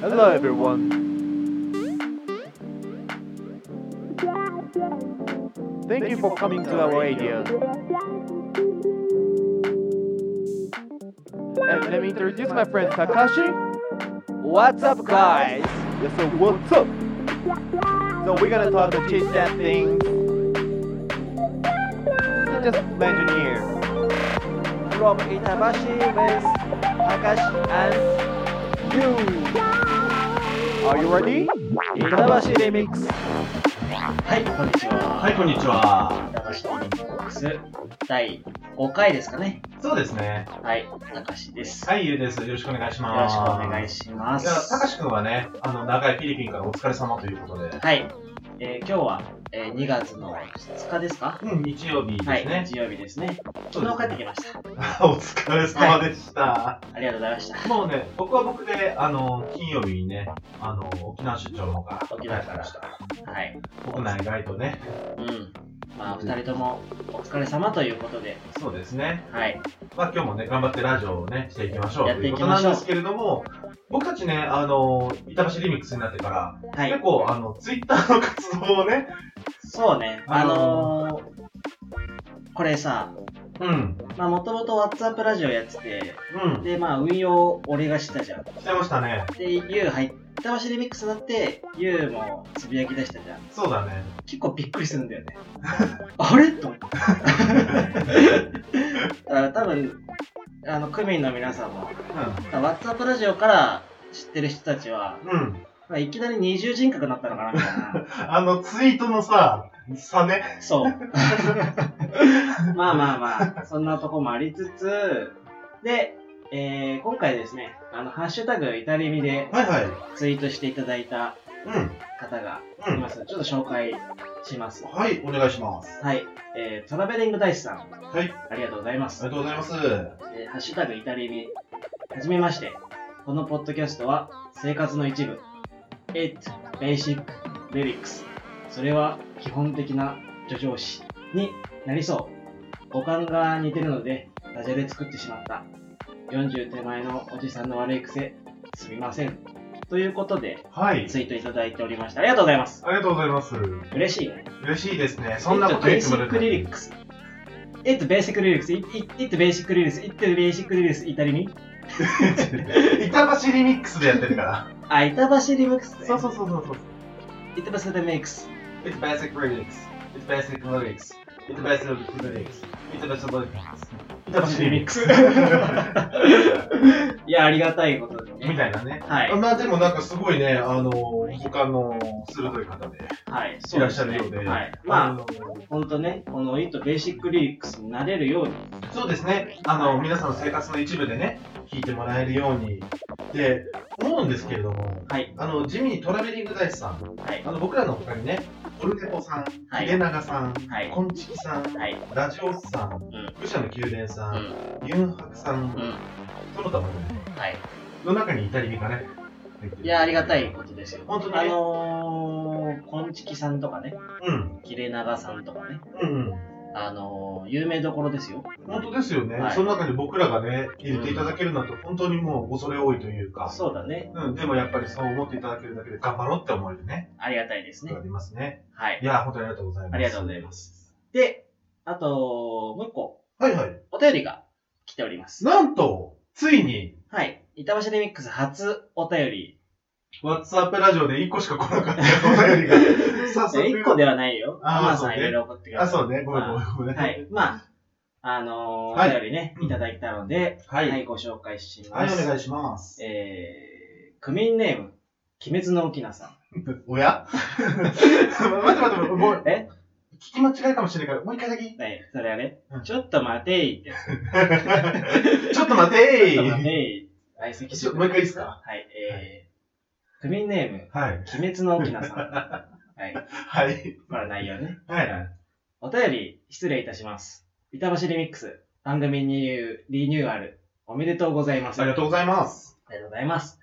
Hello, everyone. Thank you for coming to our radio. And let me introduce my friend Takashi. What's up, guys? Yes, so what's up? So we're gonna talk about chit chat things. So just imagine here. From Itabashi with Takashi and you. Are you ready? 板橋レミックス。はい、こんにちは。はい、こんにちは。高橋リミックス第5回ですかね。そうですね。はい、高橋です。はい、ゆうです。よろしくお願いしよろましす。くお願いしまいや、たかす。しくんはね、あの、長いフィリピンからお疲れ様ということで。はい、えー今日は、えー2月の2日ですかうん、日曜日ですはい、ね。日曜日ですね。そう昨で日帰ってすきました。お疲れ様でした、ありがとうございました。もうね、僕は僕で、あの、金曜日にね、あの、沖縄出張の方が沖縄から帰ってきまはい、した。国内外とね。うん。まあ、2人ともお疲れ様ということで、そうですね。はい、まあ今日もね、頑張ってラジオをね、していきましょうやっとていいうこきとまなしんょうですけれども、僕たちね、あの、板橋リミックスになってから、は結い、構、あの、ツイッターの活動をね、そうね、あのー、これさ、うん、まあ、もともと WhatsApp ラジオやってて、うん、で、まあ、運用を俺がしたじゃん。してましたね。で、ユウ入ったばしリミックスになって、ユウもつぶやき出したじゃん。そうだね。結構びっくりするんだよね。あれと思って。 だから多分、あの、区民の皆さんも、WhatsApp ラジオから知ってる人たちは、うん。うん。まあ、いきなり二重人格になったのかなみたい あの、ツイートのさ、差ね。な。そう。 まあまあまあ、そんなとこもありつつ、で、えー、今回ですね、あの、ハッシュタグイタリビではいはい。ツイートしていただいたうん。方がいます。ちょっと紹介します。はい、お願いします。はい、えー、トラベリングダイスさん、はい、あありがとうございます。りがとうございます。はえーハッシュタグイタリミ、はじめまして。このポッドキャストは生活の一部。It Basic Lyrics。それは基本的な助上詞になりそう。五感が似てるので、ダジャレ作ってしまった。40手前のおじさんの悪い癖、すみません。ということで、い。ツイートいただいておりました。ありがとうございます。ありがとうございます。嬉しいね。嬉しいですね。そんなことベ言ーっシてもらッえクリリッるクス。It basic lyrics. It, it, it basic lyrics. It basic lyrics. イタリミと。板橋リミックスでやってるから。あ、板橋リミックスね。そうそうそうそうそう。板橋リミックス。 It's basic lyrics. It's basic lyrics. It's basic lyrics. It's basic lyrics. 板橋リミックス。 いや、ありがたいことでみね。たいなね。はい。まあでもなんかすごいね、あの、他の鋭い方で。はい。いらっしゃるようで、はい。まあ、のほんとね、この It basic lyrics になれるように。そうですね、あの皆さんの生活の一部でね、聞いてもらえるようにで思うんですけれども、はい。あの地味にトラベリング大師さん、はいあ。の僕らの他にね、オルネポさん、はい秀長さん、はい。こんちきさん、はい。ラジオスさん、うん。愚者の宮殿さ、うんん。ユンハクさ、うんん。その他もね、はい。の中にイタリアがね、入ってるいや、ありがたい。ことですよ。本当にねあのー、こんちきさんとかね、うん、きれながさんとかね、うん、うん。あのー、有名どころですよ。本当ですよね、はいその中に僕らがね、入れていただけるなんて、本当にもう恐れ多いというか。そうだね。うん、でもやっぱりそう思っていただけるだけで頑張ろうって思えるね、ありがたいですねあ。りますね。はいい。や、本当にありがとうございます。ありがとうございます。で、あと、もう一個、はいはい。お便りが来ております。なんと、ついに、はい。板橋リミックス初お便り。 WhatsApp ラジオで1個しか来なかったお便り が、早速。 1個ではないよ。あマーマさそうんねいろいろ送ってくだあ、さい。そうね。ごめんごめんごめん。はい。まあ、あのはー、いお便りね、いただいたので、は。はいはいい、、ご紹介しおます。願いします。えー、区民ネーム、鬼滅のきなさおや 待って待って、もう、え聞き間違いかもしれないから、もう一回だけ。 ん。はい、それあれ、うんちょっと待ていってやつ。ちょっと待てちょっと待ーてい。相席ちょもう一回いいっすかはい、えー、区民ネーム、はい。鬼滅のき なさん。はい。はい。これ内容ね。はい。お便り、失礼いたします。板橋リミックス、番組にリニューアル、おめでとうございます。ありがとうございます。ありがとうございます。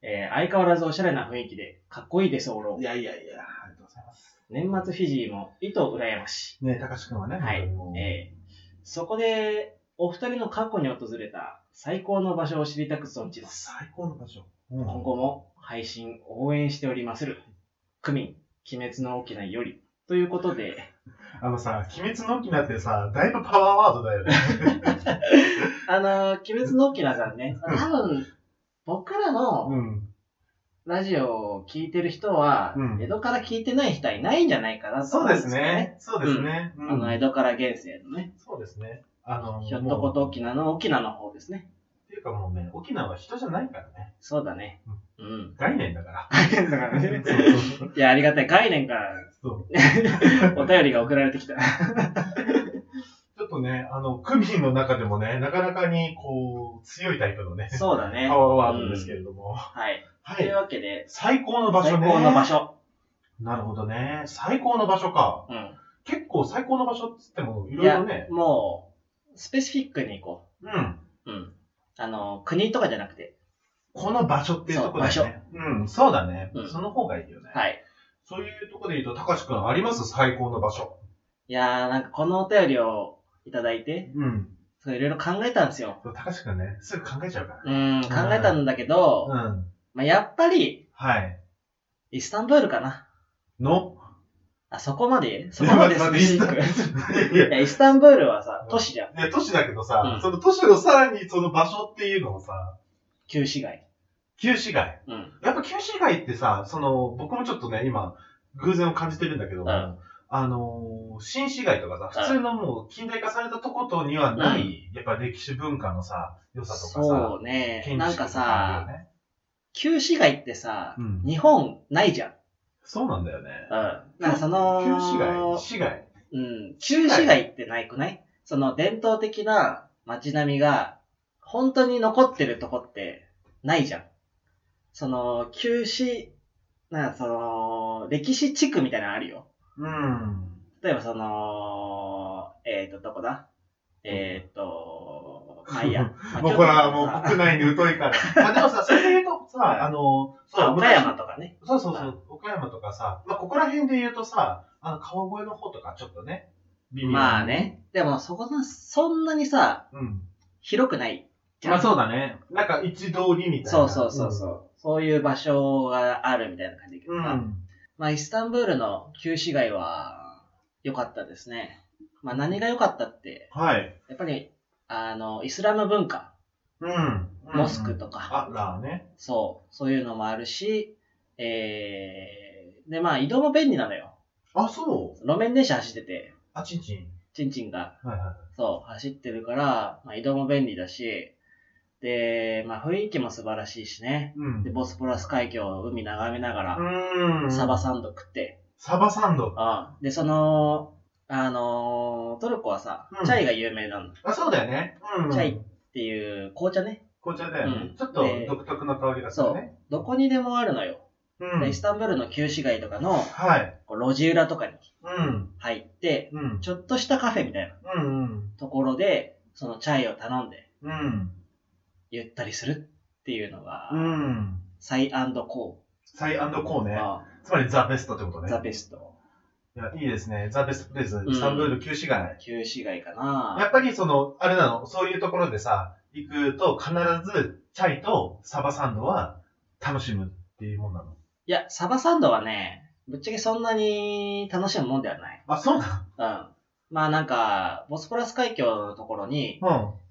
えー相変わらずおしゃれな雰囲気で、かっこいいです、おろい。やいやいや、ありがとうございます。年末フィジーも、いと羨ましねえ、たかしくんはね、い。は本当にもうい。えーそこで、お二人の過去に訪れた最高の場所を知りたく存じます。最高の場所。うん今後も配信応援しておりまする。クミン、鬼滅のなないより。ということで、あのさ、鬼滅の刃ってさ、だいぶパワーワードだよね。 あのー、鬼滅のなさんね、多分、僕らのうん。ラジオを聞いてる人は、うん江戸から聞いてない人はいないんじゃないかなとそ思うんですよ。ね。そうですね。うあの、江ん。戸から現世のね、そうですね。あの、ひょっとこもとうっ沖縄の沖縄の方ですね。ていうかもうね、沖縄は人じゃないからね。そうだね。うん。概念 だから。だから ね。そういや、ありがたい。概念からそうお便りが送られてき た。ちょっとね、あの、クミンの中でもね、なかなかにこう、強いタイプのね、そうだね。パはワーワードですけれども。い。はというい。わけで、最高の場最所ね。高の場所。なるほどね。最高の場所か。うん。結構最高の場所って言っても、いろいいやろね。、もう、スペシフィックに行こうん。う。うん。あの、国とかじゃなくて。この場所っていうところだそう場ね。うん、そうだね、うんその方がいいよね。はい。そういうところで言うと、たかしくんあります最高の場所。いやー、なんかこのお便りをいただいて、うん。そういろいろ考えたんですよ。たかしくんね、すぐ考えちゃうかうん、考えたんだけど、ら。うん。まあ、やっぱり、はい。イスタンブールかな。のあ、そこまでそこまでスペ シフィック。い やいや、イスタンブールはさ、都市じゃん。いや、都市だけどさ、うんその都市のさらにその場所っていうのをさ、旧市街。旧市街。うん。やっぱ旧市街ってさ、その、僕もちょっとね、今、偶然を感じてるんだけど、うんあのー新市街とかさ、普通のもう近代化されたとことにはない、やっぱ歴史文化のさ、良さとかさ、そうね。建なん築かとかあさる、よね旧市街ってさ、うん日本ないじゃん。そうなんだよね。うん。なんかその、旧市街、市街。うん。旧市街ってないくないその伝統的な街並みが、本当に残ってるとこってないじゃん。その、旧市、なんかその、歴史地区みたいなのあるよ。うん。例えばその、えっ、ー、と、どこだえっ、ー、と、まあいいや。 まあもうほ京都ら、とかもうさ国内に疎いから。 まあでもさ、それで言うとさ、あの、そう、岡山とかね。そうそうそう、岡山とかさ、まあ、ここら辺で言うとさ、あの、川越の方とかちょっとね、微妙まあ。ね。でもそこの、そんなにさ、うん。広くないじゃん。まあそうだね。なんか一通りみたいな。そうそうそうそう、そういう場所があるみたいな感じだけどうん。うさ、ん。まあイスタンブールの旧市街は良かったですね。まあ何が良かったって、はい。やっぱり、あの、イスラム文化、うん。モスクとあか、らね。そう、そういうのもあるし、えー、でまあ移動も便利なのよ。あ、そう。路面電車走ってて、あ、ちんちん。チンチンが、はいはい。そう、走ってるから、まあ移動も便利だし、で、まあ雰囲気も素晴らしいしね。うん。で、ボスポラス海峡を海眺めながら、うん。サバサンド食って。サバサンド。あで、その、あのートルコはさ、うんチャイが有名なんだあ、そうだよね。うん。チャイっていう紅茶ね。紅茶だよねう。んちょっと独特な香りがするね。どこにでもあるのよ。うん。でイスタンブールの旧市街とかのはい。こう路地裏とかにうん。入って、うん。ちょっとしたカフェみたいなうん。うん。ところで、そのチャイを頼んで、うん。ゆったりするっていうのが、うん。サイコサイコーー、ね。あつまりザ・ベストってことね。ザベスト。いや、いいですね。ザ・ベストプレイス、んサンブール旧市街。旧市街かやなっぱりその、あれなの、そういうところでさ、行くと必ず、チャイとサバサンドは楽しむっていうもんなの。いや、サバサンドはね、ぶっちゃけそんなに楽しむもんではない。あ、そうなうん。まあなんか、ボスポラス海峡のところに、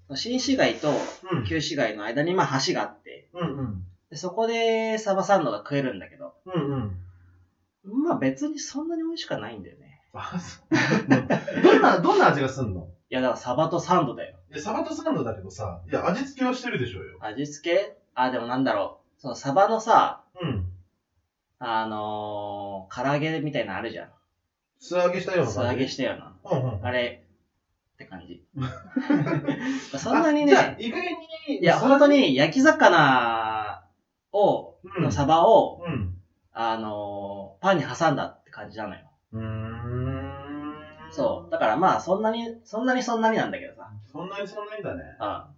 の新市街とうん。うん。旧市街の間にまあ橋があって、うんうん。でそこでサバサンドが食えるんだけど、うんうん。まあ別にそんなに美味しくはないんだよね。あ そうどんな、どんな味がすんのいやだからサバとサンドだよ。いや、サバとサンドだけどさ、いや、味付けはしてるでしょうよ。味付けあ、でもなんだろう。そのサバのさ、うん。あのー、唐揚げみたいなのあるじゃん。素揚げしたような素感じ。揚げしたような。うんうん。あれ、って感 じ。そんなにあじゃあね、意外に、いや、本当。に焼き魚を、うのん。サバを、うん。あのーパンに挟んだって感じなのよ。うーん。そう。だからまあ、そんなに、そんなにそんなになんだけどさ。そんなにそんなにだね。う確か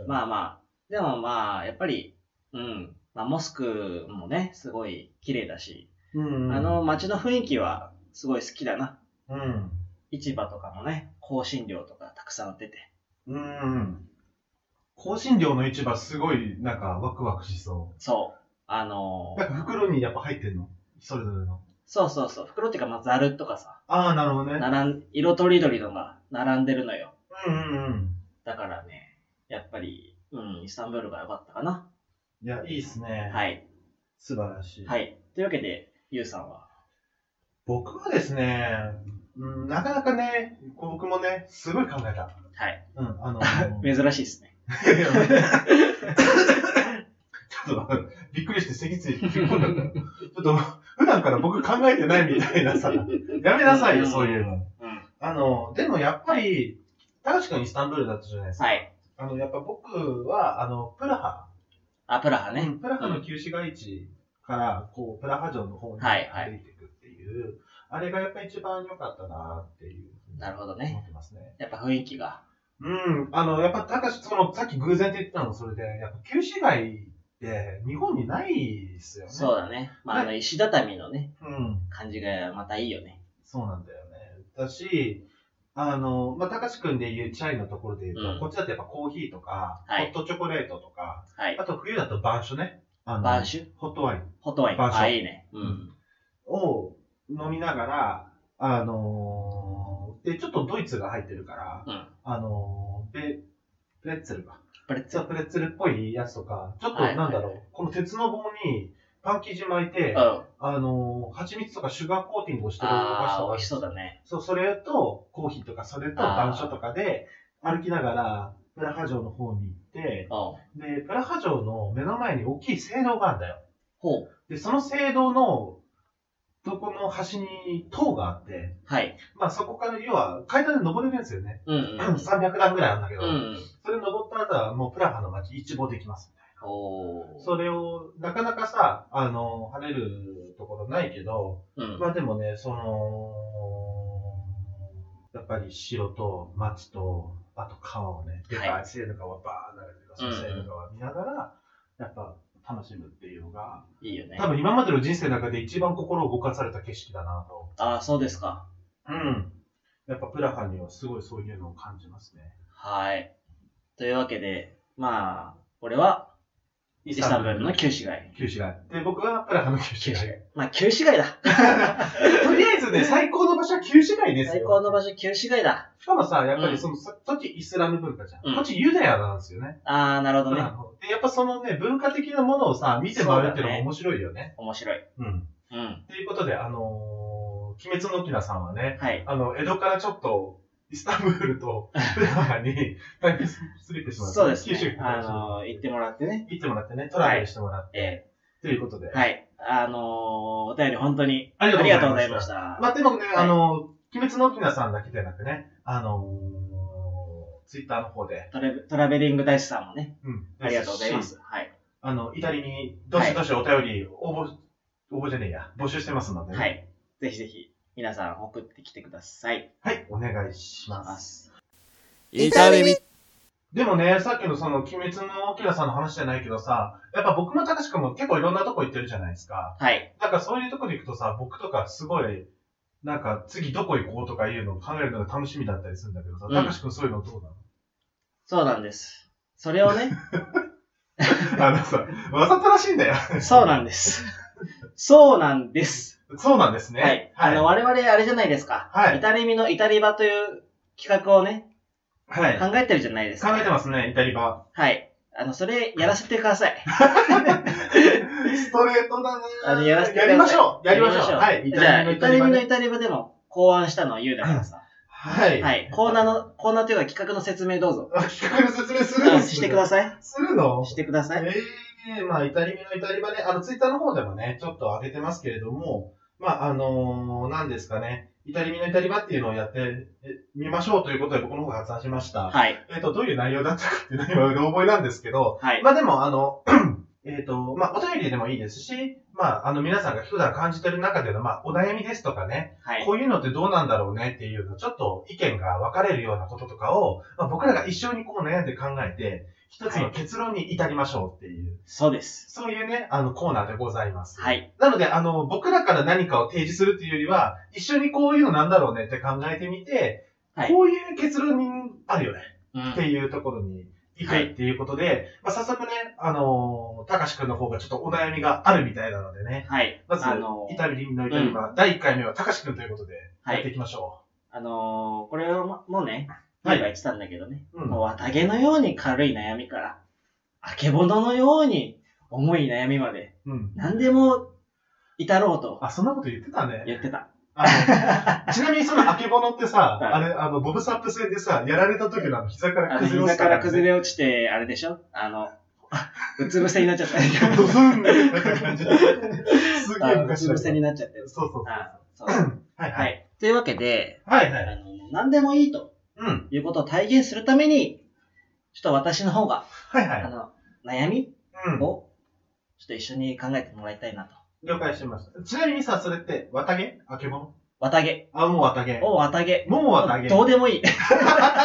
ん。に。まあまあ。でもまあ、やっぱり、うん。まあ、モスクもね、すごい綺麗だし、うんあの、街の雰囲気はすごい好きだな。うん。市場とかもね、香辛料とかたくさん売ってて。うん。香辛料の市場すごい、なんかワクワクしそ。そうあのなんか 袋にやっぱ入ってんのそれぞれの。そうそうそう、袋っていうか、まあ、ザルとかさ、ああ、なるほどね。並ん、色とりどりのが並んでるのよ。うんうんうん。だからね、やっぱり、うん、イスタンブールが良かったかな。いや、いいっすね。はい。素晴らしい。はい。というわけで、ゆうさんは。僕はですね、うん、なかなかね、こう僕もね、すごい考えはた。い。うん、あの、い 珍しいですね。やいやちょっと、びっくりして席ついて引っ込んだからちょっと、普段から僕考えてないみたいなさ、やめなさいよ、そういうの。うん。あの、でもやっぱり、高橋君イスタンブールだったじゃないですか。はい。あの、やっぱ僕は、あの、プラハ、あ、プラハね。プラハの旧市街地から、こう、プラハ城の方にはいはい歩いていくっていう、あれがやっぱ一番良かったなっていうふうになるほど思ね。ってますね。やっぱ雰囲気が。うん、あの、やっぱ高橋、その、さっき偶然って言ってたのそれで、やっぱ旧市街って日本にないですよね。そうだね。まあ、あの、石畳のね、うん。感じがまたいいよね。そうなんだよね。だし、あの、まあ、高志くんで言うチャイのところで言うと、うんこっちだとやっぱコーヒーとか、はいホットチョコレートとか、はいあ。と冬だと晩酒ね。あのバーシュホットワインホットワイン。晩酌あ、いいね。うん。を飲みながら、あのーで、ちょっとドイツが入ってるから、うん。あのーベ、プレッツェルか。プレッツ実ェはプレッツェルっぽいやつとか、ちょっとはいなんだろう、この鉄の棒にパン生地巻いて、ル。うん。あのー蜂蜜とかシュガーコーティングをしてるお菓子あとあ、か美味しそうだね。そう、それと、コーヒーとか、それと、あー晩書とかで、歩きながら、プラハ城の方に行って、うん。ほで、プラハ城の目の前に大きい聖堂があるんだよ。う。で、その聖堂の、どこの端に塔があって、はい。まあそこから、要は階段で登れるんですよね。うんうん。 300段ぐらいあるんだけど、うん。それ登った後はもうプラハの街一望できます。おー。それを、なかなかさ、あの、晴れるところないけど、うん。まあでもね、その、やっぱり城と町と、あと川をね、でかいセール川バー流れてるセール川見ながら、やっぱ楽しむっていうのが、いいよね多。分今までの人生の中で一番心を動かされた景色だなと。ああ、そうですか。うん。やっぱプラハにはすごいそういうのを感じますね。はい。というわけで、まあ、俺は、イスタンブールの旧市街。旧市街。で、僕はプラハの旧市旧市街。街。まあ、旧市街だ。とりあえずね、最高の場所は旧市街ですよ。最高の場所、旧市街だ。しかもさ、やっぱりその、さこっちイスラム文化じゃん。うんこっちユダヤなんですよね。ああ、なるほどね。うんでやっぱそのね、文化的なものをさ、見て回るっていうのも面白いよね。面白い。うん。うん。ということで、あのー、鬼滅のキナさんはね、はい。あの、江戸からちょっと、イスタンブール と、プラハに、タイムスリップしてもらって、そうです九州ね。からあの、行ってもらってね。行ってもらってね、トライしてもらって、えということで。えはい。あのー、お便り本当にありありががととううごござざいいままし。したた。まあ、でもね、いあの、鬼滅のキナさんだけじゃなくね、あのー、ツイッターの方で、トラベトラベリング大師さんもね、うんありがとうございま。す。はい。あの、イタリに、どしどしお便り、応募、応募じゃねえや、募集してますのでね。はい。ぜひぜひ、皆さん送ってきてください。はい、お願いします。イタレミでもね、さっきのその、鬼滅のキラさんの話じゃないけどさ、やっぱ僕も高志くんも結構いろんなとこ行ってるじゃないですか。はい。だからそういうとこで行くとさ、僕とかすごい、なんか次どこ行こうとかいうのを考えるのが楽しみだったりするんだけどさ、うん高志くんそういうのどうそうなんです。それをね、 なの あのさ、わざとらしいんだよ。そうなんです。そうなんです。そうなんですね。はい。あの、はい。我々あれじゃないですか。はいイタリミのイタリバという企画をね、はい考えてるじゃないです考か。えてますね、イタリバ。はい。あの、それ、やらせてください。ストレートだね。あの、やらせてください。やりましょうやりましょうはいじゃあ、イイタタリリミミののイイタリバでも考案したのは言うだからさ。はいはい。コーナーの、コーナーというか企画の説明どうぞ。あ、企画の説明するんうでんすしてください。するのしてください。ええまあ、イタリミのイタリバね、あの、ツイッターの方でもね、ちょっと上げてますけれども、まあ、あのー、なんですかね、イタリミのイタリバっていうのをやってみましょうということで僕の方が発案しました。はい。えっ、と、どういう内容だったかっていうのは今、うろ覚えなんですけど、はい。まあでも、あの、 えっと、まあ、お便りでもいいですし、まあ、あの、皆さんが普段感じてる中での、まあ、お悩みですとかね、はい。こういうのってどうなんだろうねっていうの、ちょっと意見が分かれるようなこととかを、まあ、僕らが一緒にこう悩んで考えて、一つの結論に至りましょうっていう、そうです。そういうね、あのコーナーでございます。はい。なので、あの、僕らから何かを提示するっていうよりは、一緒にこういうのなんだろうねって考えてみて、はいこういう結論にあるよねうってん。いうところにいくっていうことで、まあ、早速ね、あのー、たかしくんの方がちょっとお悩みがあるみたいなのでね、はい。まず、あのイタリのイタリバ、第1回目はたかしくんということで、はいやっていきましょあのーこれももうね、は前いは言ってたんだけどね、うんもう綿毛のように軽い悩みから、あけぼののように重い悩みまで、う。うん。何でも至ろうとあ、そんなこと言ってたね。言ってた。あの ちなみにそのあけぼのってさ、はいあれ、あの、ボブサップ戦でさ、やられた時のあの膝からあの崩れ落膝ちたから崩れ。れ落ちて、あれでしょあの、うつ伏せになっちゃ った。ドスンってなった感じ。 すげえあう昔つだ伏せになっちゃってそうそうそう。あそうそう。はいははい。い。というわけで、はいあはい。の、何でもいいとうん。いうことを体現するために、ちょっと私の方が、はいはあい。の、悩みうん。を、ちょっと一緒に考えてもらいたいなと。了解しました。ちなみにさ、それって、綿毛あけぼの綿毛。あ、もう綿毛。お、綿毛。もう綿毛。どうでも いい。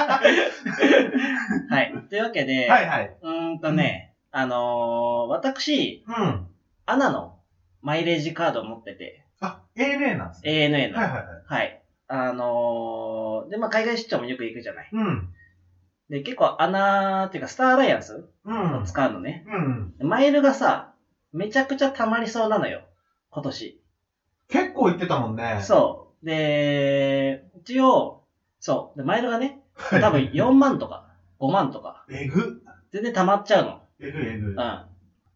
はい。というわけで、はいはい。うーんとね、あのー私、うん。アナのマイレージカードを持ってて、あ、ANA なんですね。 ANA の。はいはいはい。はい。あのーで、まあ、海外出張もよく行くじゃない。うん。で、結構アナっていうか、スターアライアンスうん。を使うのね。うん。マイルがさ、めちゃくちゃ溜まりそうなのよ。今年。結構言ってたもんね。そう。で、一応、そう。で、マイルがね、多分4万とか、5万とか、えぐ。全然溜まっちゃうの。えぐえぐ。うん。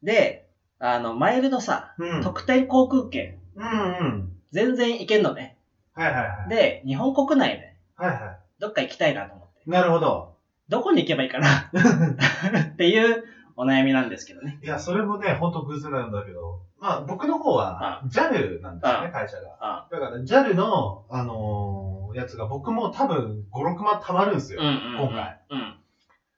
で、あの、マイルのさ、うん。特典航空券、うんうん。全然行けんのね。はいはいはい。で、日本国内で、はいはどっか行きたいなと思って。い。なるほど。どこに行けばいいかな っていうお悩みなんですけどね。いや、それもね、ほんと偶然なんだけど。まあ、僕の方は、JAL なんですうね、会社が。あだから、JAL の、あのーやつが僕も多分5、6万貯まるんですよ。今回。うん。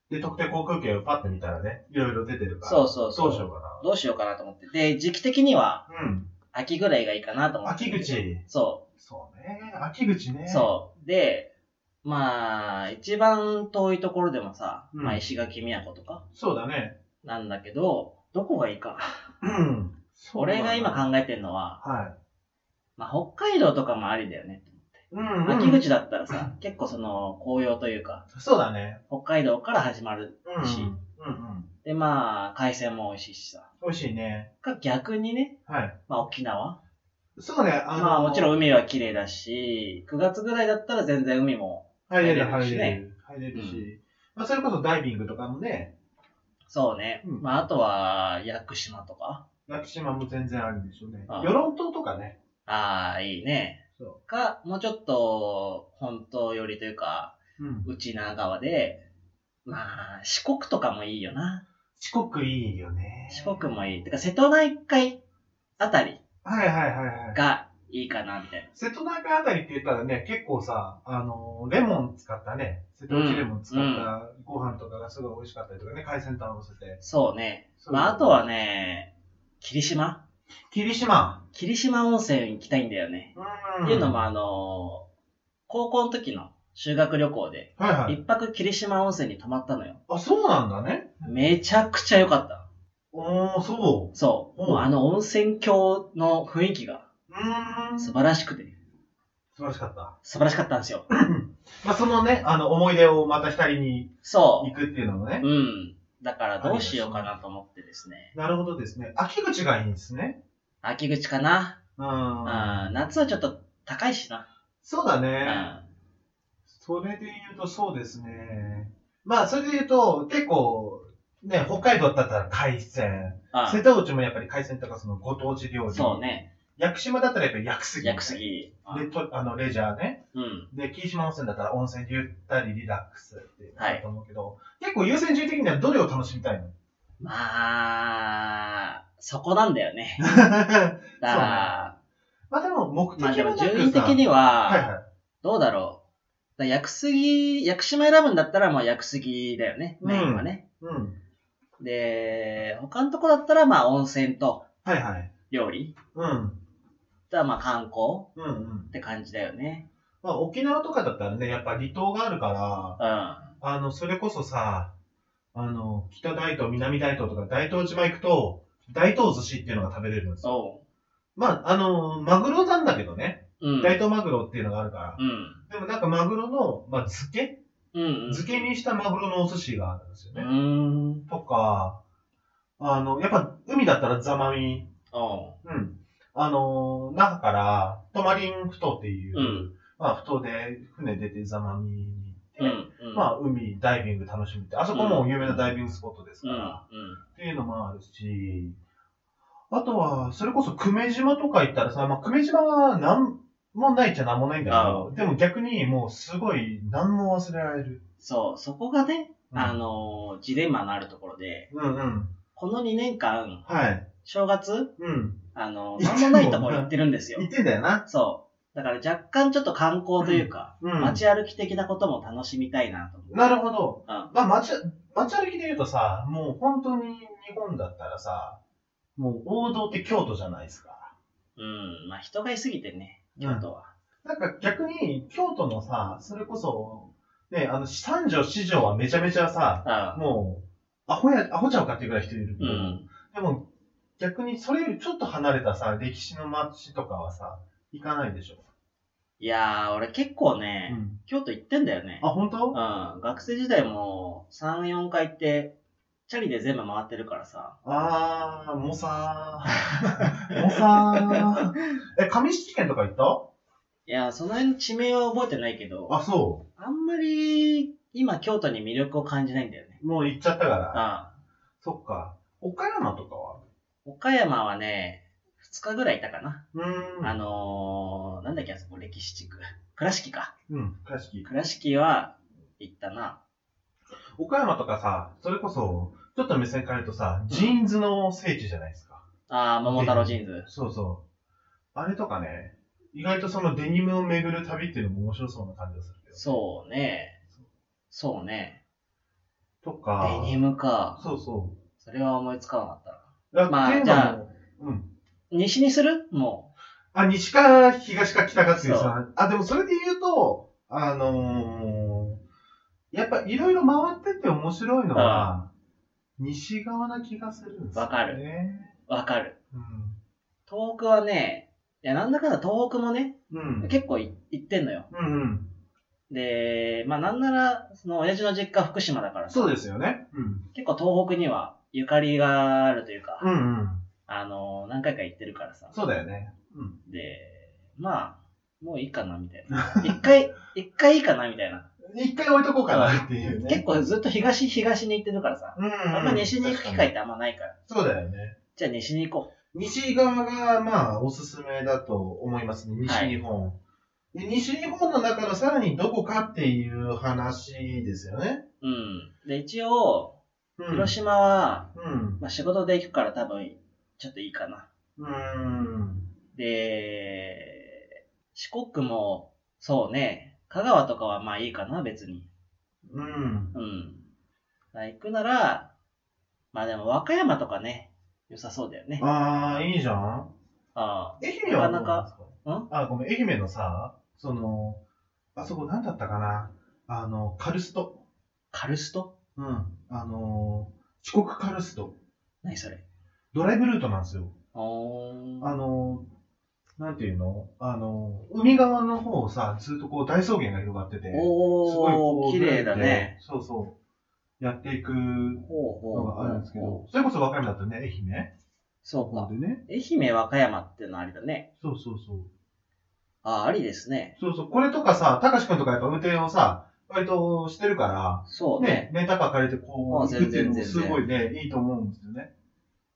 で、特定航空券をパッて見たらね、いろいろ出てるから。そうそうそうどうしようかどうしようかなと思って。で、時期的にはな。うん。秋ぐらいがいいかなと思って。秋。口。そそうね。秋口ね。う。そう。で、まあ、一番遠いところでもさ、うんまあ石垣宮古とかう。そうだね。なんだけど、どこがいいか。うん。俺が今考えてるのは、はまあ北海道とかもありだよね。い。うん、うん。秋口だったらさ、結構その紅葉というか、そうだね。北海道から始まる。うん。しうんうん。で、まあ、海鮮も美味しいしさ。美味しいね。か逆にね、はい。まあ沖縄。そうね、あの、まあもちろんん、海は綺麗だし、9月ぐらいだったら全然海も入れる、入れる入しねれる。入れるし。まあ、それこそダイビングとかもね、そうね。うんまあ、あとは、屋久島とか。屋久島も全然あるんでしょうね。ああ与論島とかね。ああ、いいね。そか、もうちょっと、本当よりというか、う。うん。内長川で、まあ、四国とかもいいよな。四国いいよね。四国もいい。てか、瀬戸内海あたりはいはいはいはい。がいいかな、みたいな。瀬戸内海あたりって言ったらね、結構さ、あのレモン使ったね、瀬戸内レモン使ったご飯とかがすごい美味しかったりとかね、海鮮と合わせて。そうね。そういうまあ、あとは。ね、霧島霧島。霧島温泉行きたいんだよね。うんっていうのも、あの高校の時の修学旅行で、はいは一い。泊霧島温泉に泊まったのよ。あ、そうなんだね。めちゃくちゃ良かった。おー、そそう。うんもうあの温泉郷の雰囲気がう。うーん。素素晴らしくて、晴らしかった。素晴らしかったんですよ。まあ、そのね、あの、思い出をまた二人にそ行くっていうのもねう。。うん。だからどうしようかなと思ってですね。なるほどですね。秋口がいいんですね。秋口かな。う。うんん。夏はちょっと高いしな。そうだうね。ん。それで言うとそうですね。まあ、それで言うと、結構、ね、北海道だったら海鮮。瀬戸内もやっぱり海鮮とかそのご当地料う理。ん。そう。ね。屋久島だったらやっぱり屋久杉。屋久。杉。で、とあの、レジャーね。うん。で、霧島温泉だったら温泉でゆったりリラックスっていうのはいだと思うけど、結構優先順位的にはどれを楽しみ たいのまあ、そこなんだよ ね。だから、まあでも目的まあではもなくさ順位的にはいは、はどうだろう。だから屋久杉、屋久島選ぶんだったらもう屋久杉だよね。メインはね。い。うん。で、他のとこだったら、まあ、温泉とはいはい。料理。うん。あとは、まあ、観光うんうんっ。て感じだよね。まあ沖縄とかだったらね、やっぱ離島があるかうら、ん。ああの、それこそさ、あの、北大東、南大東とか大東島行くと、大東寿司っていうのが食べれるんですよ。そまあ、あの、マグロなんだけどね。う。うん。大東マグロっていうのがあるから。うん。でもなんかマグロの、まあ、漬けううんうん。漬けにしたマグロのお寿司があるんですようね。ーん。とか、あの、やっぱ海だったらザマミ。あうん。あの、那覇からトマリンふ頭っていう、うんまあふ頭で船出てザマミにあ。う行って、ん。うん。まあ海ダイビング楽しむって、あそこも有名なダイビングスポットですから、うっていうのもあるし、あとは、それこそ久米島とか行ったらさ、まあ、久米島はなんもないっちゃなんもないんだけど、でも逆にもうすごい何も忘れられる。ん。そう、そこがね、うんあのー、ジレンマのあるところで、うんうん。この2年間、はい。正月、うん。あのいー、なつもんもないところ行ってるんですよ行。ってんだよな。そう。だから若干ちょっと観光というか、うん。街歩き的なことも楽しみたいなと思う。なるほど。うんまあ街、街歩きで言うとさ、もう本当に日本だったらさ、もう王道って京都じゃないですか。うん。まあ人がいすぎてね、京都は。なんか逆に京都のさ、それこそ、ね、あの、三条四条はめちゃめちゃさ、うもう、アホや、アホちゃうかっていうぐらい人いるけん。うど、ん。でも、逆にそれよりちょっと離れたさ、歴史の街とかはさ、行かないでしょ。いやー、俺結構うね、ん。京都行ってんだよね。あ、本当？うん。学生時代も3、4回行って、チャリで全部回ってるからさ。あー、もさー。 もさー。え、上七県とか行っいや、その辺の地名は覚えてないけど、たあ、そあんまり今京都に魅力を感じないんだよね。う。もう行っちゃったから。ああそっか。岡山とかは岡山はね、2日ぐらいいたかな。うーん。あのー、なんだっけ、あそこ歴史地区。倉敷か。うん、倉敷。倉敷は行ったな。岡山とかさ、それこそ、ちょっと目線変えるとさ、ジーンズの聖地じゃないですか。ああ、桃太郎ジーンズ。そうそう。あれとかね、意外とそのデニムを巡る旅っていうのも面白そうな感じがするけど。そうね。そうね。とかデ、ニムか。そうそそれは思いつかなかったな。う。だまあっていうじのゃあも、うん。西にするもあ、西か東か北かっていうさ、あ、でもそれで言うと、あのー、やっぱいろいろ回ってって面白いのは、西側な気がするんですよね。わかるう、わかる。うん。東北はね、いや、なんだかんだ東北もね、うん。結構い行ってんのよ。うんうん。で、まあなんなら、その親父の実家福島だからさそうですよね。うん。結構東北にはゆかりがあるというか、うんうん。あの、何回か行ってるからさ。そうだよね。うん。で、まあ、もういいかな、みたい な。一回、一回いいかな、みたいな。一回置いとこうかなっていうね。結構ずっと東、東に行ってるからさ。うんうん。あんま西に行く機会ってあんまないから。そうだよね。じゃあ西に行こ西側が、まあ、おすすめだと思いますね。は西い日本。で西日本の中のさらにどこかっていう話ですよね。う。うん。で、一応、うん。広島は、うん。まあ仕事で行くから多分、ちょっといいかな。うん。で、四国も、そうね、香川とかはまあいいかな、別に。うん。うん。まあ行くなら、まあでも和歌山とかね、良さそうだよね。ああ、いいじゃん。ああ。愛媛はどなうかなですかうんあ、ごめん、愛媛のさ、その、あそこ何だったかな。あの、カルスト。カルストうん。あの、四国カルスト。何それドライブルートなんですよ。おー。あの、なんていうのあの、海側の方をさ、ずっとこう大草原が広がってて、すごいおこー、う綺麗だね。。そうそう。やっていくほうのほうがあるんですけほうほど、それこそ和歌山だったらね、愛媛うそうか。でね。愛媛、和歌山ってのありだね。そうそうそう。ああ、ありですね。そうそう。これとかさ、たかしくんとかやっぱ運転をさ、割としてるかそうら、ね。ね、レンタカー借りてこあう、行くっていうのも全然す全然ごいね、いいと思うんですよね。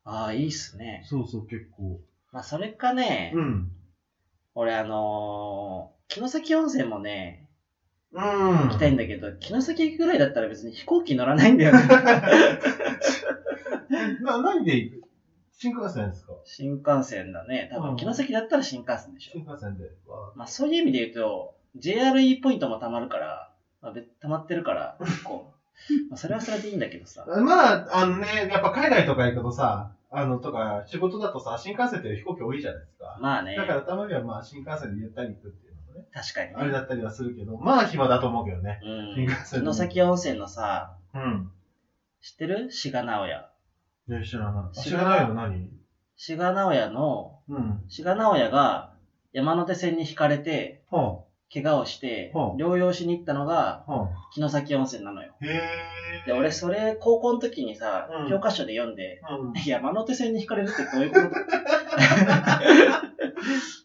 ああ、いいっすね。そうそう、結構。まあ、それかね、うん。俺あのー、城崎温泉もね、うん。行きたいんだけど、城崎行くぐらいだったら別に飛行機乗らないんだよね。 な、何で行く新幹線ですか新幹線だね。多うん分、城崎だったら新幹線でしょ。新幹線で。わまあ、そういう意味で言うと、JRE ポイントも貯まるから、まあ、べ貯まってるから、結 構。まあ、それはそれでいいんだけどさ。まあ、あのね、やっぱ海外とか行くとさ、あの、とか、仕事だとさ、新幹線って飛行機多いじゃないですか。まあねだ、からたまにはまあ、新幹線でゆったり行くっていうのもね、確かにあれね。だったりはするけど、まあ暇だと思うけどね。うん。新幹線で。城崎温泉のさ、うん。知ってる志賀直哉。いや、知らない。あ知知ららなないいの何志賀直哉の、うん。志賀直哉が山手線に引かれて、は怪我をして、うん療養しに行ったのが、は城崎温泉なのよ。あ、へえ。で、俺、それ、高校の時にさ、うん教科書で読んで、うん。山手線に惹かれるってどういうこ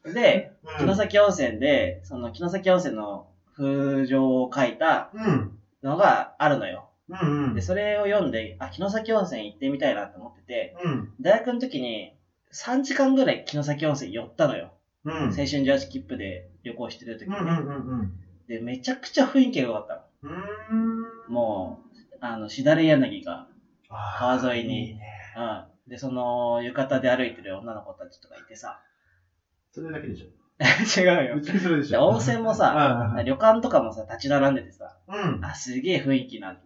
と で、城崎温泉で、その城崎温泉の風情を書いたうん。のがあるのよ。うんうん。で、それを読んで、あ、城崎温泉行ってみたいなと思ってて、うん。大学の時に3時間ぐらい城崎温泉寄ったのよ。うん。青春18切符で旅行してる時うに、んうんうんうん。で、めちゃくちゃ雰囲気が良かったうーん。の。もう、あの、しだれ柳が、あー川沿いにねうん。で、その、浴衣で歩いてる女の子たちとかいてさ。 それだけでしょ。違うよ。別にそれでしで、ょ。温泉もさ、あ旅館とかもさ、立ち並んでてさ、あうん。あ、すげえ雰囲気なんだ。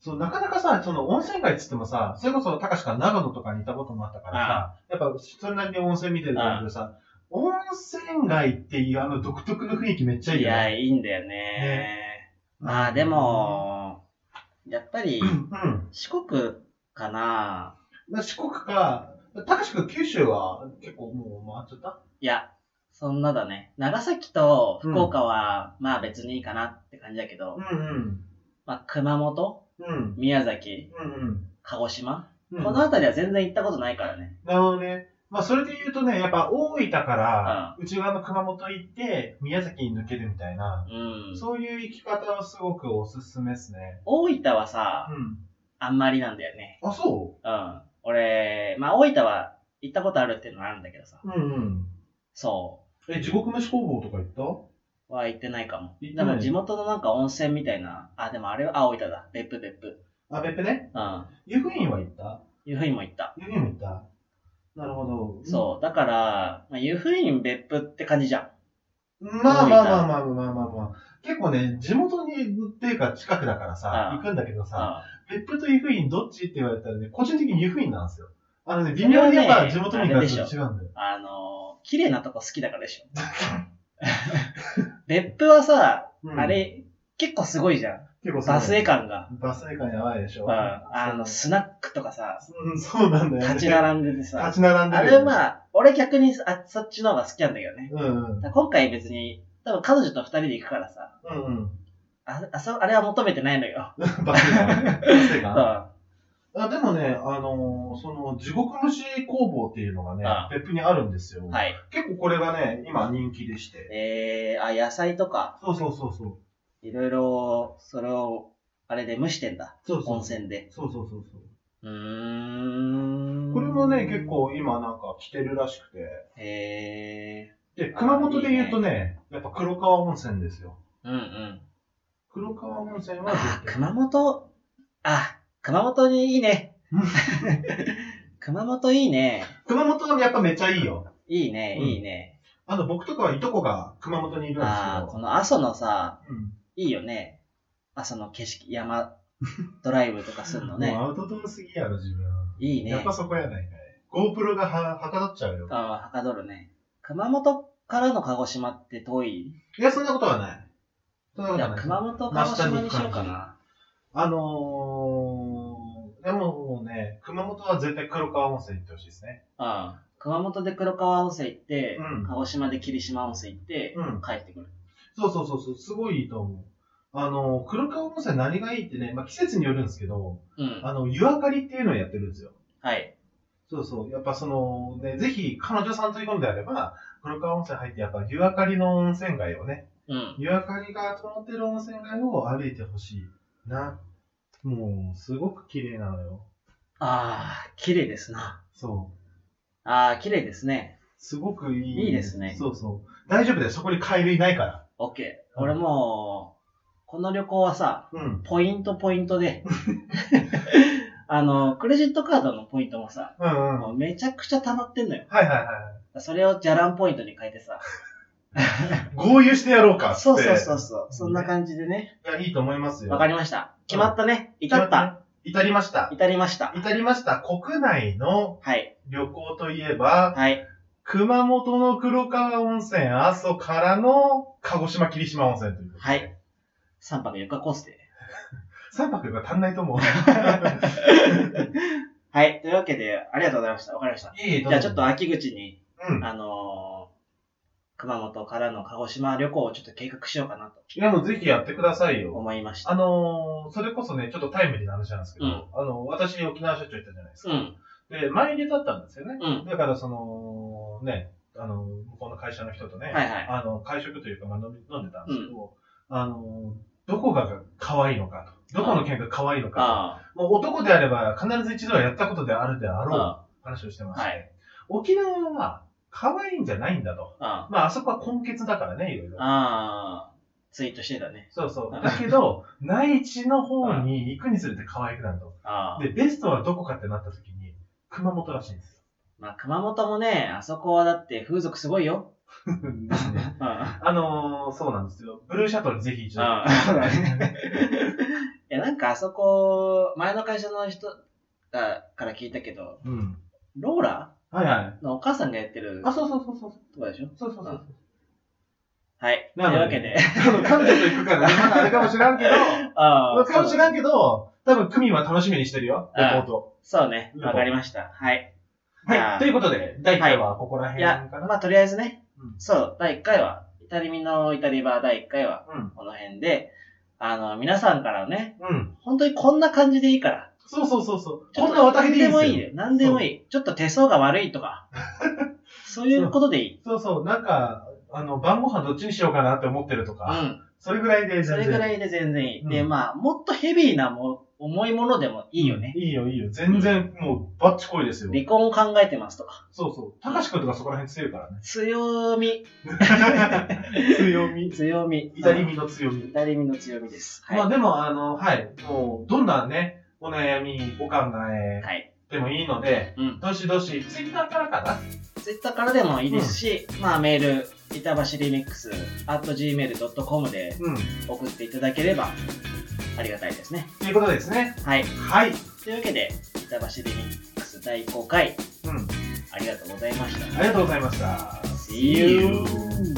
そう、なかなかさ、その温泉街っつってもさ、それこそ高しか長野とかにいたこともあったからさ、やっぱそれなりに温泉見てるんだけどさ、温泉街っていうあの独特の雰囲気めっちゃいいいよや、ね。いいんだよねまあ、で、も、やっぱりう、ん。うん四国かなまあ四国か、高しくん九州は結構もう回っちゃったいや、そんなだね。長崎と福岡は、まあ別にいいかなって感じだけど、うんうん。まあ熊本、うん。宮崎、うん鹿児島、うん。この辺りは全然行ったことないからね。なるほどね。まあ、それで言うとね、やっぱ大分からあ、内側の熊本行って、宮崎に抜けるみたいな、うん。そういう生き方はすごくおすすめですね。大分はさ、うん。あんまりなんだよね。あ、そうん。俺、まあ大分は行ったことあるっていうのはあるんだけどさ、ううんうん。そえ、地獄飯工房とか行ったう。は行ってないかも。行ってでないも地元のなんか温泉みたいな、あ、でもあれは、あ、大分だ。別府別府。あ、別府ね。うん。湯布院は行った湯布院も行った。湯布院も行った。なるほど。そう。だから、まあ、湯布院別府って感じじゃん。うん。まあまあまあまあまあまあまあ。結構ね、地元に、っていうか近くだからああ、さ行くんだけどさ、あ別府と湯布院どっちって言われたらね、個人的に湯布院なんですよ。あのね、微妙にやっぱ地元民からすると違うんだよ。あのー、綺麗なとこ好きだからでし ょ。別府はさ、うんあれ、結構すごいじゃん。結構バスエ感が。バスエ感やばいでしょ。うん。あの、スナックとかさ、うん、そうなんだよ、ね。立ちん並んでてで立さ。ち並んである。れはまあ、俺逆にあそっちの方が好きなんだけどね。うんうん。だから今回別に、多分彼女と二人で行くからさ、 うんあ、あそ、あれは求めてないのよ。うん。バスエ感。バスエうん。感。ああでもね、あのーその、地獄虫工房っていうのがねあ、別府にあるんですよ。はい。結構これがね、今人気でして。えー、あ、野菜とか、そうそうそうそう。いろいろ、それを、あれで蒸してんだ。そうそう。温泉で。そうそうそうそうう。ーんこれもね、結。構今なんか来てるらしくて。へえ。で、熊本で言うとね、やっぱ黒川温泉ですよ。うんうん。黒川温泉あは絶ー、対熊本。あ、熊本にいい ねうん。熊本いいね。熊本はやっぱめっちゃいいよ。いいね、うんいいね。あの、僕とかはいとこが熊本にいるんですああ、けこど。の阿蘇のさ、うんいいよね。阿蘇の景色、山、 ドライブとかするのねも。うアウトドアすぎやろ、自分。いいやっねぱ。そこやないかい。GoPro がははかどっちゃうよ。ああ、はかどるね。熊本からの鹿児島って遠いいや、そんなことはない。そんなこいとはやない。熊本、鹿児島にしようかな。あのー、でももうね、熊本は絶対黒川温泉行ってほしいですね。ああ熊本で黒川温泉行って、うん鹿児島で霧島温泉行って、うん。帰ってくる。そうそうそうそう、すごいいいと思う。あのー、黒川温泉何がいいってね、まあ、季節によるんですけど、うん。あの、湯あかりっていうのをやってるんですよ。はい。そうそう。やっぱその、ね、ぜひ彼女さんと行くんであれば、黒川温泉入って、やっぱ湯あかりの温泉街をね、うん。湯あかりが灯ってる温泉街を歩いてほしいな。もう、すごく綺麗なのよ。ああ、綺麗ですな。そう。ああ、綺麗ですね。すごくいい。いいですねそうそう。大丈夫だよ。そこに海類ないから。オッケー。うん俺もう、この旅行はさ、うん。ポイントポイントで、 あの、クレジットカードのポイントもさ、うんうん。はいもうめちゃくちゃ溜まってんのよ。はいはそれをじゃらんポイントに変えてさ。い。合流してやろうかって。そうそうそうそう。そんな感じでね。いや、いいと思いますよ。わかりました。決まったね。至った。。至りました。至りました。至りました。国内のはい。旅行といえば、はい。熊本の黒川温泉、阿蘇からの鹿児島霧島温泉ということで。はい。3泊4日コースで。 3泊が足んないと 思う。はい。というわけで、ありがとうございました。わかりました。いいじゃあちょっと、秋口に、うん。あのー熊本からの鹿児島旅行をちょっと計画しようかなといや、もうぜひやってくださいよ。思いました。あのーそれこそね、ちょっとタイムリーな話なんですけど、うんあの、私、沖縄社長行ったじゃないですうか。ん。で、前入れだったんですよね。うん。だから、その、ね、あの、向こうの会社の人とはね、いはい。あの、会食というか、まあ、飲み飲んでたんですけど、あの、どこが可愛いのかと。どこの県が可愛いのかあと。もう男であれば、必ず一度はやったことであるでああ。ろうあ話をしてまあ。して、はい。沖縄は可愛いんじゃないんだと。あまあ、あそこは根血だからね、いろいあ。ろ。ああ。ツイートしてたね。そうそう。うんだ けど、内地の方に行くにつれて可愛くなると。ああで、。ベストはどこかってなった時に、熊本らしいんですよ。まあ、熊本もね、あそこはだって風俗すごいよ。ですね。うん。 ああのー、そうなんですよ。ブルーシャトルぜひ一度。あ。 いや、なんかあそこ、前の会社の人がから聞いたけど、うん。ローラはいはい。のお母さんがやってるあ、そうそうそうそう。とこでしょそうそうそう。はい。といなうのわでけで。あの彼女と行くからね、まだあれかもしらんけど、あまあ、かもしらんんけど、多分、クミンは楽しみにしてるよ、ああレポート。そうね。わかりました。はい。じゃはあい。ということで、第1回はここらい辺やか、な。まあ、とりあえずね、うんそう、第1回は、イタリミのイタリバー第1回は、うん。この辺で、あの、皆さんからね、うん。本当にこんな感じでいいから。そうそうそうそう。ちょっことんな綿毛でいいんですよ。何でもいいよ。何でもいい。ちょっと手相が悪いと か。そういうことでいい。そうそう、なんか、あの、晩ご飯どっちにしようかなって思ってるとうか、ん。それぐらいで全そ然。れぐらいで全然いい。うんで、まあ、もっとヘビーなも、重いものでもいいよね。いいよ、いいよ。全然、もう、バッチこいですよ。離婚を考えてますとか。そうそう。たかしくんとかそこら辺強いから強み。ね。強み。強み。イタリミの強み。左耳の強みです。はい。まあでも、あの、はい。もう、どんなね、お悩み、お考えはい。でもいいので、うん。どしどし、ツイッターからかな。ツイッターからでもいいですし、まあメール、板橋リミックス、at gmail.com でうん。と送っていただければありがたいですね。いうことですね。はい。はい。というわけで、板橋リミックス第5回、うん。ありがとうございました。ありがとうございました。 See you.